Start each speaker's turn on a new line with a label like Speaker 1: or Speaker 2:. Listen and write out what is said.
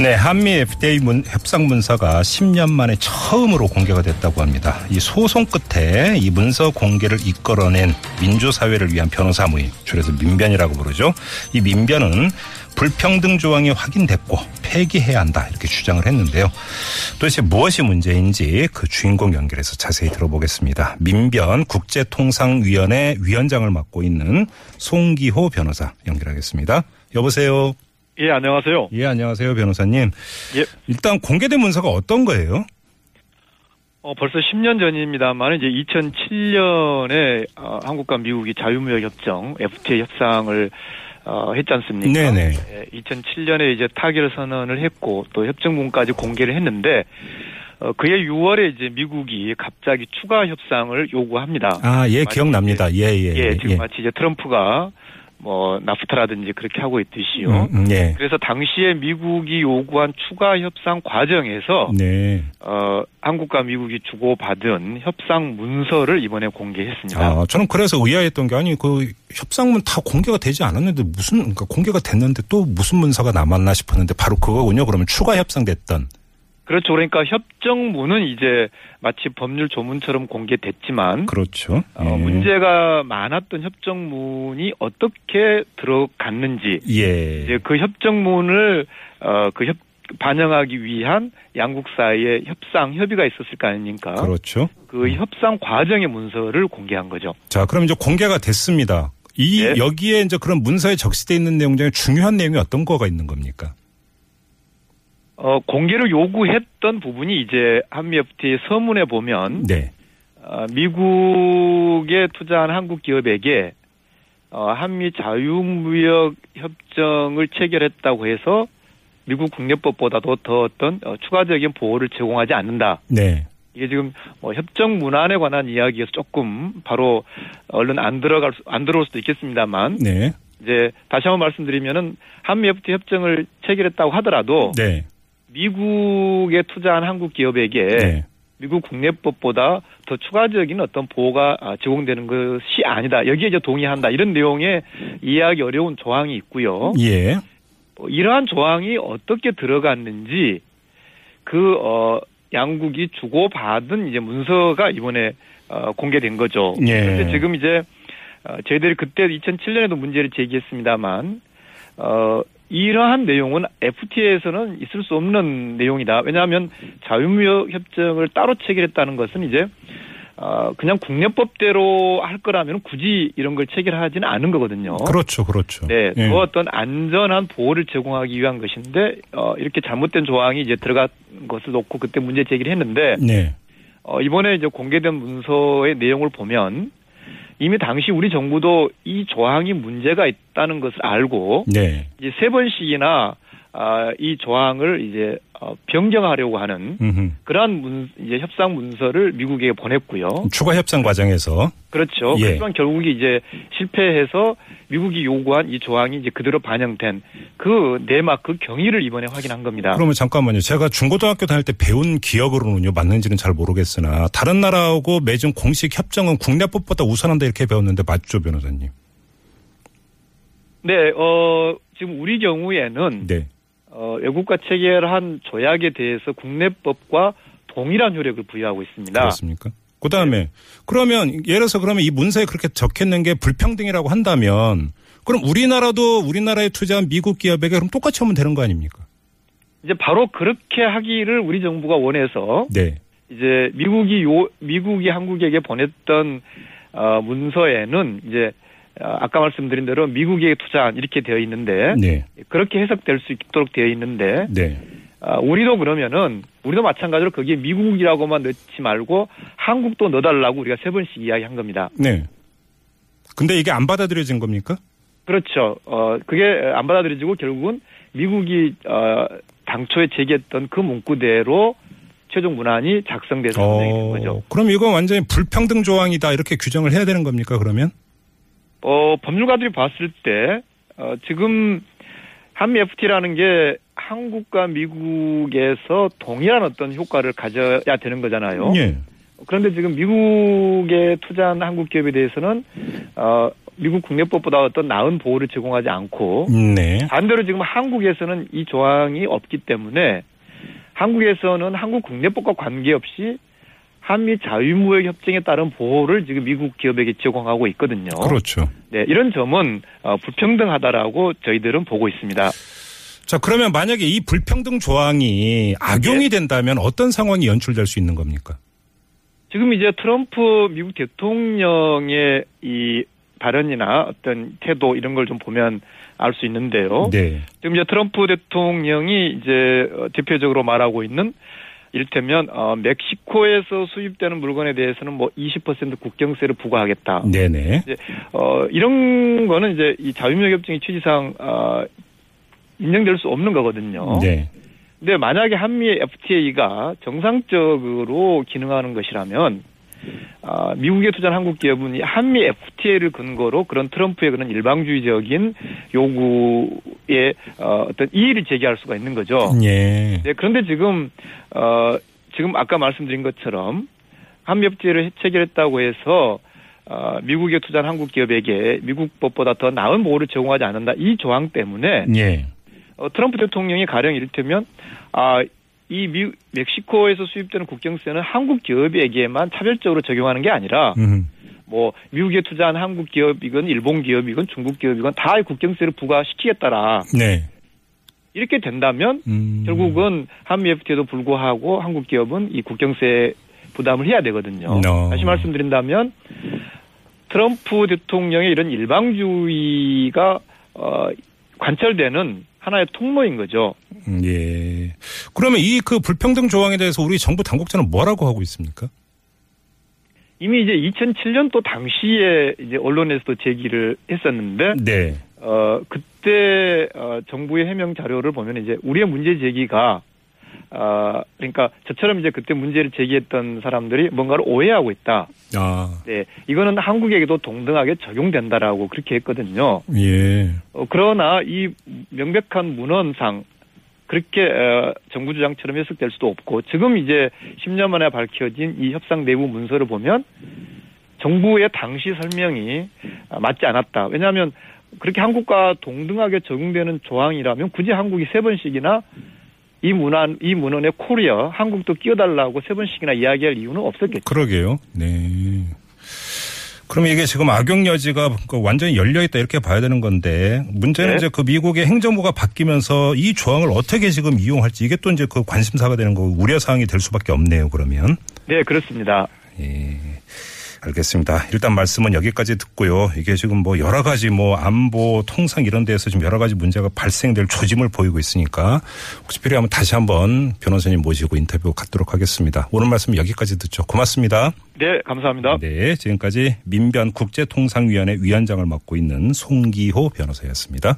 Speaker 1: 네, 한미 FTA 문, 협상 문서가 10년 만에 처음으로 공개가 됐다고 합니다. 이 소송 끝에 이 문서 공개를 이끌어낸 민주사회를 위한 변호사 모임, 줄여서 민변이라고 부르죠. 이 민변은 불평등 조항이 확인됐고 폐기해야 한다 이렇게 주장을 했는데요. 도대체 무엇이 문제인지 그 주인공 연결해서 자세히 들어보겠습니다. 민변 국제통상위원회 위원장을 맡고 있는 송기호 변호사 연결하겠습니다. 여보세요.
Speaker 2: 예, 안녕하세요.
Speaker 1: 예, 안녕하세요, 변호사님.
Speaker 2: 예.
Speaker 1: 일단 공개된 문서가 어떤 거예요?
Speaker 2: 어, 벌써 10년 전입니다만 이제 2007년에 어, 한국과 미국이 자유무역 협정 FTA 협상을 어, 했지 않습니까?
Speaker 1: 네네.
Speaker 2: 예, 2007년에 이제 타결 선언을 했고 또 협정문까지 공개를 했는데 어, 그해 6월에 이제 미국이 갑자기 추가 협상을 요구합니다.
Speaker 1: 아, 예,
Speaker 2: 마치
Speaker 1: 기억납니다. 예, 예.
Speaker 2: 예, 지금 마치 이제 트럼프가 뭐 나프타라든지 그렇게 하고 있듯이요.
Speaker 1: 음, 음, 예.
Speaker 2: 그래서 당시에 미국이 요구한 추가 협상 과정에서
Speaker 1: 네.
Speaker 2: 어, 한국과 미국이 주고받은 협상 문서를 이번에 공개했습니다.
Speaker 1: 아, 저는 그래서 의아했던 게 아니 그 협상문 다 공개가 되지 않았는데 무슨 그러니까 공개가 됐는데 또 무슨 문서가 남았나 싶었는데 바로 그거군요. 그러면 추가 협상됐던.
Speaker 2: 그렇죠. 그러니까 협정문은 이제 마치 법률 조문처럼 공개됐지만
Speaker 1: 그렇죠.
Speaker 2: 어,
Speaker 1: 예.
Speaker 2: 문제가 많았던 협정문이 어떻게 들어갔는지
Speaker 1: 예.
Speaker 2: 이제 그 협정문을 어, 그 협, 반영하기 위한 양국 사이의 협상 협의가 있었을 거 아닙니까?
Speaker 1: 그렇죠.
Speaker 2: 그 협상 과정의 문서를 공개한 거죠.
Speaker 1: 자, 그럼 이제 공개가 됐습니다. 이
Speaker 2: 예.
Speaker 1: 여기에 이제 그런 문서에 적시돼 있는 내용 중에 중요한 내용이 어떤 거가 있는 겁니까?
Speaker 2: 어, 공개를 요구했던 부분이 이제 한미 FTA 서문에 보면
Speaker 1: 네.
Speaker 2: 어, 미국에 투자한 한국 기업에게 어, 한미 자유무역 협정을 체결했다고 해서 미국 국내법보다도 더 어떤 어, 추가적인 보호를 제공하지 않는다.
Speaker 1: 네.
Speaker 2: 이게 지금 뭐 협정 문안에 관한 이야기에서 조금 바로 얼른 안 들어갈 수, 안 들어올 수도 있겠습니다만
Speaker 1: 네.
Speaker 2: 이제 다시 한번 말씀드리면은 한미 FTA 협정을 체결했다고 하더라도
Speaker 1: 네.
Speaker 2: 미국에 투자한 한국 기업에게
Speaker 1: 네.
Speaker 2: 미국 국내법보다 더 추가적인 어떤 보호가 아, 제공되는 것이 아니다. 여기에 이제 동의한다. 이런 내용의 이해하기 어려운 조항이 있고요.
Speaker 1: 예.
Speaker 2: 어, 이러한 조항이 어떻게 들어갔는지 그 어, 양국이 주고받은 이제 문서가 이번에 어, 공개된 거죠.
Speaker 1: 예.
Speaker 2: 그런데 지금 이제 어, 저희들이 그때 2007년에도 문제를 제기했습니다만 어, 이러한 내용은 FTA에서는 있을 수 없는 내용이다. 왜냐하면 자유무역 협정을 따로 체결했다는 것은 이제 어, 그냥 국내법대로 할 거라면 굳이 이런 걸 체결하지는 않은 거거든요.
Speaker 1: 그렇죠, 그렇죠.
Speaker 2: 네,
Speaker 1: 예.
Speaker 2: 더 어떤 안전한 보호를 제공하기 위한 것인데 어, 이렇게 잘못된 조항이 이제 들어간 것을 놓고 그때 문제 제기를 했는데
Speaker 1: 네.
Speaker 2: 어, 이번에 이제 공개된 문서의 내용을 보면 이미 당시 우리 정부도 이 조항이 문제가 있다는 것을 알고
Speaker 1: 네.
Speaker 2: 이제 세 번씩이나 아, 이 조항을 이제 어, 변경하려고 하는
Speaker 1: 음흠.
Speaker 2: 그러한 문, 이제 협상 문서를 미국에게 보냈고요.
Speaker 1: 추가 협상 과정에서
Speaker 2: 그렇죠.
Speaker 1: 예.
Speaker 2: 하지만 결국에 이제 실패해서 미국이 요구한 이 조항이 이제 그대로 반영된 그 내막 그 경위를 이번에 확인한 겁니다.
Speaker 1: 그러면 잠깐만요. 제가 중고등학교 다닐 때 배운 기억으로는요. 맞는지는 잘 모르겠으나 다른 나라하고 맺은 공식 협정은 국내법보다 우선한다 이렇게 배웠는데 맞죠, 변호사님?
Speaker 2: 네, 어, 지금 우리 경우에는
Speaker 1: 네.
Speaker 2: 어, 외국과 체결한 조약에 대해서 국내법과 동일한 효력을 부여하고 있습니다.
Speaker 1: 그렇습니까? 그다음에 그러면 예를 들어서 그러면 이 문서에 그렇게 적혀 있는 게 불평등이라고 한다면 그럼 우리나라도 우리나라에 투자한 미국 기업에게 그럼 똑같이 하면 되는 거 아닙니까?
Speaker 2: 이제 바로 그렇게 하기를 우리 정부가 원해서
Speaker 1: 네.
Speaker 2: 이제 미국이 요 미국이 한국에게 보냈던 어, 문서에는 이제 어, 아까 말씀드린 대로 미국에 투자한 이렇게 되어 있는데
Speaker 1: 네.
Speaker 2: 그렇게 해석될 수 있도록 되어 있는데
Speaker 1: 네.
Speaker 2: 아, 우리도 그러면은 우리도 마찬가지로 거기에 미국이라고만 넣지 말고 한국도 넣어달라고 우리가 세 번씩 이야기한 겁니다.
Speaker 1: 네. 근데 이게 안 받아들여진 겁니까?
Speaker 2: 그렇죠. 어 그게 안 받아들여지고 결국은 미국이 어 당초에 제기했던 그 문구대로 최종 문안이 작성돼서
Speaker 1: 어.
Speaker 2: 선정이 된 거죠.
Speaker 1: 그럼 이건 완전히 불평등 조항이다 이렇게 규정을 해야 되는 겁니까 그러면?
Speaker 2: 어, 법률가들이 봤을 때, 어, 지금 한미 FT라는 게 한국과 미국에서 동일한 어떤 효과를 가져야 되는 거잖아요.
Speaker 1: 예.
Speaker 2: 그런데 지금 미국에 투자한 한국 기업에 대해서는 어, 미국 국내법보다 어떤 나은 보호를 제공하지 않고
Speaker 1: 네.
Speaker 2: 반대로 지금 한국에서는 이 조항이 없기 때문에 한국에서는 한국 국내법과 관계없이 한미 자유무역 협정에 따른 보호를 지금 미국 기업에게 제공하고 있거든요.
Speaker 1: 그렇죠.
Speaker 2: 네, 이런 점은 어, 불평등하다라고 저희들은 보고 있습니다.
Speaker 1: 자, 그러면 만약에 이 불평등 조항이
Speaker 2: 네.
Speaker 1: 악용이 된다면 어떤 상황이 연출될 수 있는 겁니까?
Speaker 2: 지금 이제 트럼프 미국 대통령의 이 발언이나 어떤 태도 이런 걸 좀 보면 알 수 있는데요.
Speaker 1: 네.
Speaker 2: 지금 이제 트럼프 대통령이 이제 어, 대표적으로 말하고 있는 이를테면 어, 멕시코에서 수입되는 물건에 대해서는 뭐 20% 국경세를 부과하겠다.
Speaker 1: 음. 네네.
Speaker 2: 이제 어, 이런 거는 이제 이 자유무역 협정의 취지상 어, 인정될 수 없는 거거든요.
Speaker 1: 네.
Speaker 2: 근데 만약에 한미 FTA가 정상적으로 기능하는 것이라면 아, 미국에 투자한 한국 기업은 이 한미 FTA를 근거로 그런 트럼프의 그런 일방주의적인 요구에 어, 어떤 이의를 제기할 수가 있는 거죠.
Speaker 1: 예.
Speaker 2: 네, 그런데 지금 어, 지금 아까 말씀드린 것처럼 한미 FTA를 체결했다고 해서 어, 미국에 투자한 한국 기업에게 미국 법보다 더 나은 보호를 제공하지 않는다 이 조항 때문에
Speaker 1: 예.
Speaker 2: 어, 트럼프 대통령이 가령 이를테면 아, 이 미, 멕시코에서 수입되는 국경세는 한국 기업에게만 차별적으로 적용하는 게 아니라
Speaker 1: 음.
Speaker 2: 뭐 미국에 투자한 한국 기업이건 일본 기업이건 중국 기업이건 다 국경세를 부과시키겠다라
Speaker 1: 네.
Speaker 2: 이렇게 된다면
Speaker 1: 음.
Speaker 2: 결국은 한미 FTA도 불구하고 한국 기업은 이 국경세 부담을 해야 되거든요.
Speaker 1: No.
Speaker 2: 다시 말씀드린다면 트럼프 대통령의 이런 일방주의가 어, 관철되는 하나의 통로인 거죠.
Speaker 1: 음, 예. 그러면 이 그 불평등 조항에 대해서 우리 정부 당국자는 뭐라고 하고 있습니까?
Speaker 2: 이미 이제 2007년 또 당시에 이제 언론에서도 제기를 했었는데
Speaker 1: 네.
Speaker 2: 어 그때 어 정부의 해명 자료를 보면 이제 우리의 문제 제기가 아 그러니까 저처럼 이제 그때 문제를 제기했던 사람들이 뭔가를 오해하고 있다.
Speaker 1: 아.
Speaker 2: 네, 이거는 한국에게도 동등하게 적용된다라고 그렇게 했거든요.
Speaker 1: 예.
Speaker 2: 어, 그러나 이 명백한 문헌상 그렇게 어, 정부 주장처럼 해석될 수도 없고 지금 이제 10년 만에 밝혀진 이 협상 내부 문서를 보면 정부의 당시 설명이 아, 맞지 않았다. 왜냐하면 그렇게 한국과 동등하게 적용되는 조항이라면 굳이 한국이 세 번씩이나 이 문안 이 문헌에 코리아 한국도 끼어달라고 세 번씩이나 이야기할 이유는 없었겠죠.
Speaker 1: 그러게요. 네. 그럼 이게 지금 악용 여지가 그 완전히 열려 있다 이렇게 봐야 되는 건데 문제는
Speaker 2: 네.
Speaker 1: 이제 그 미국의 행정부가 바뀌면서 이 조항을 어떻게 지금 이용할지 이게 또 이제 그 관심사가 되는 거고 우려 사항이 될 수밖에 없네요. 그러면
Speaker 2: 네, 그렇습니다.
Speaker 1: 예. 알겠습니다. 일단 말씀은 여기까지 듣고요. 이게 지금 뭐 여러 가지 뭐 안보, 통상 이런 데에서 지금 여러 가지 문제가 발생될 조짐을 보이고 있으니까 혹시 필요하면 다시 한번 변호사님 모시고 인터뷰 갖도록 하겠습니다. 오늘 말씀 여기까지 듣죠. 고맙습니다.
Speaker 2: 네, 감사합니다.
Speaker 1: 네, 지금까지 민변 국제통상위원회 위원장을 맡고 있는 송기호 변호사였습니다.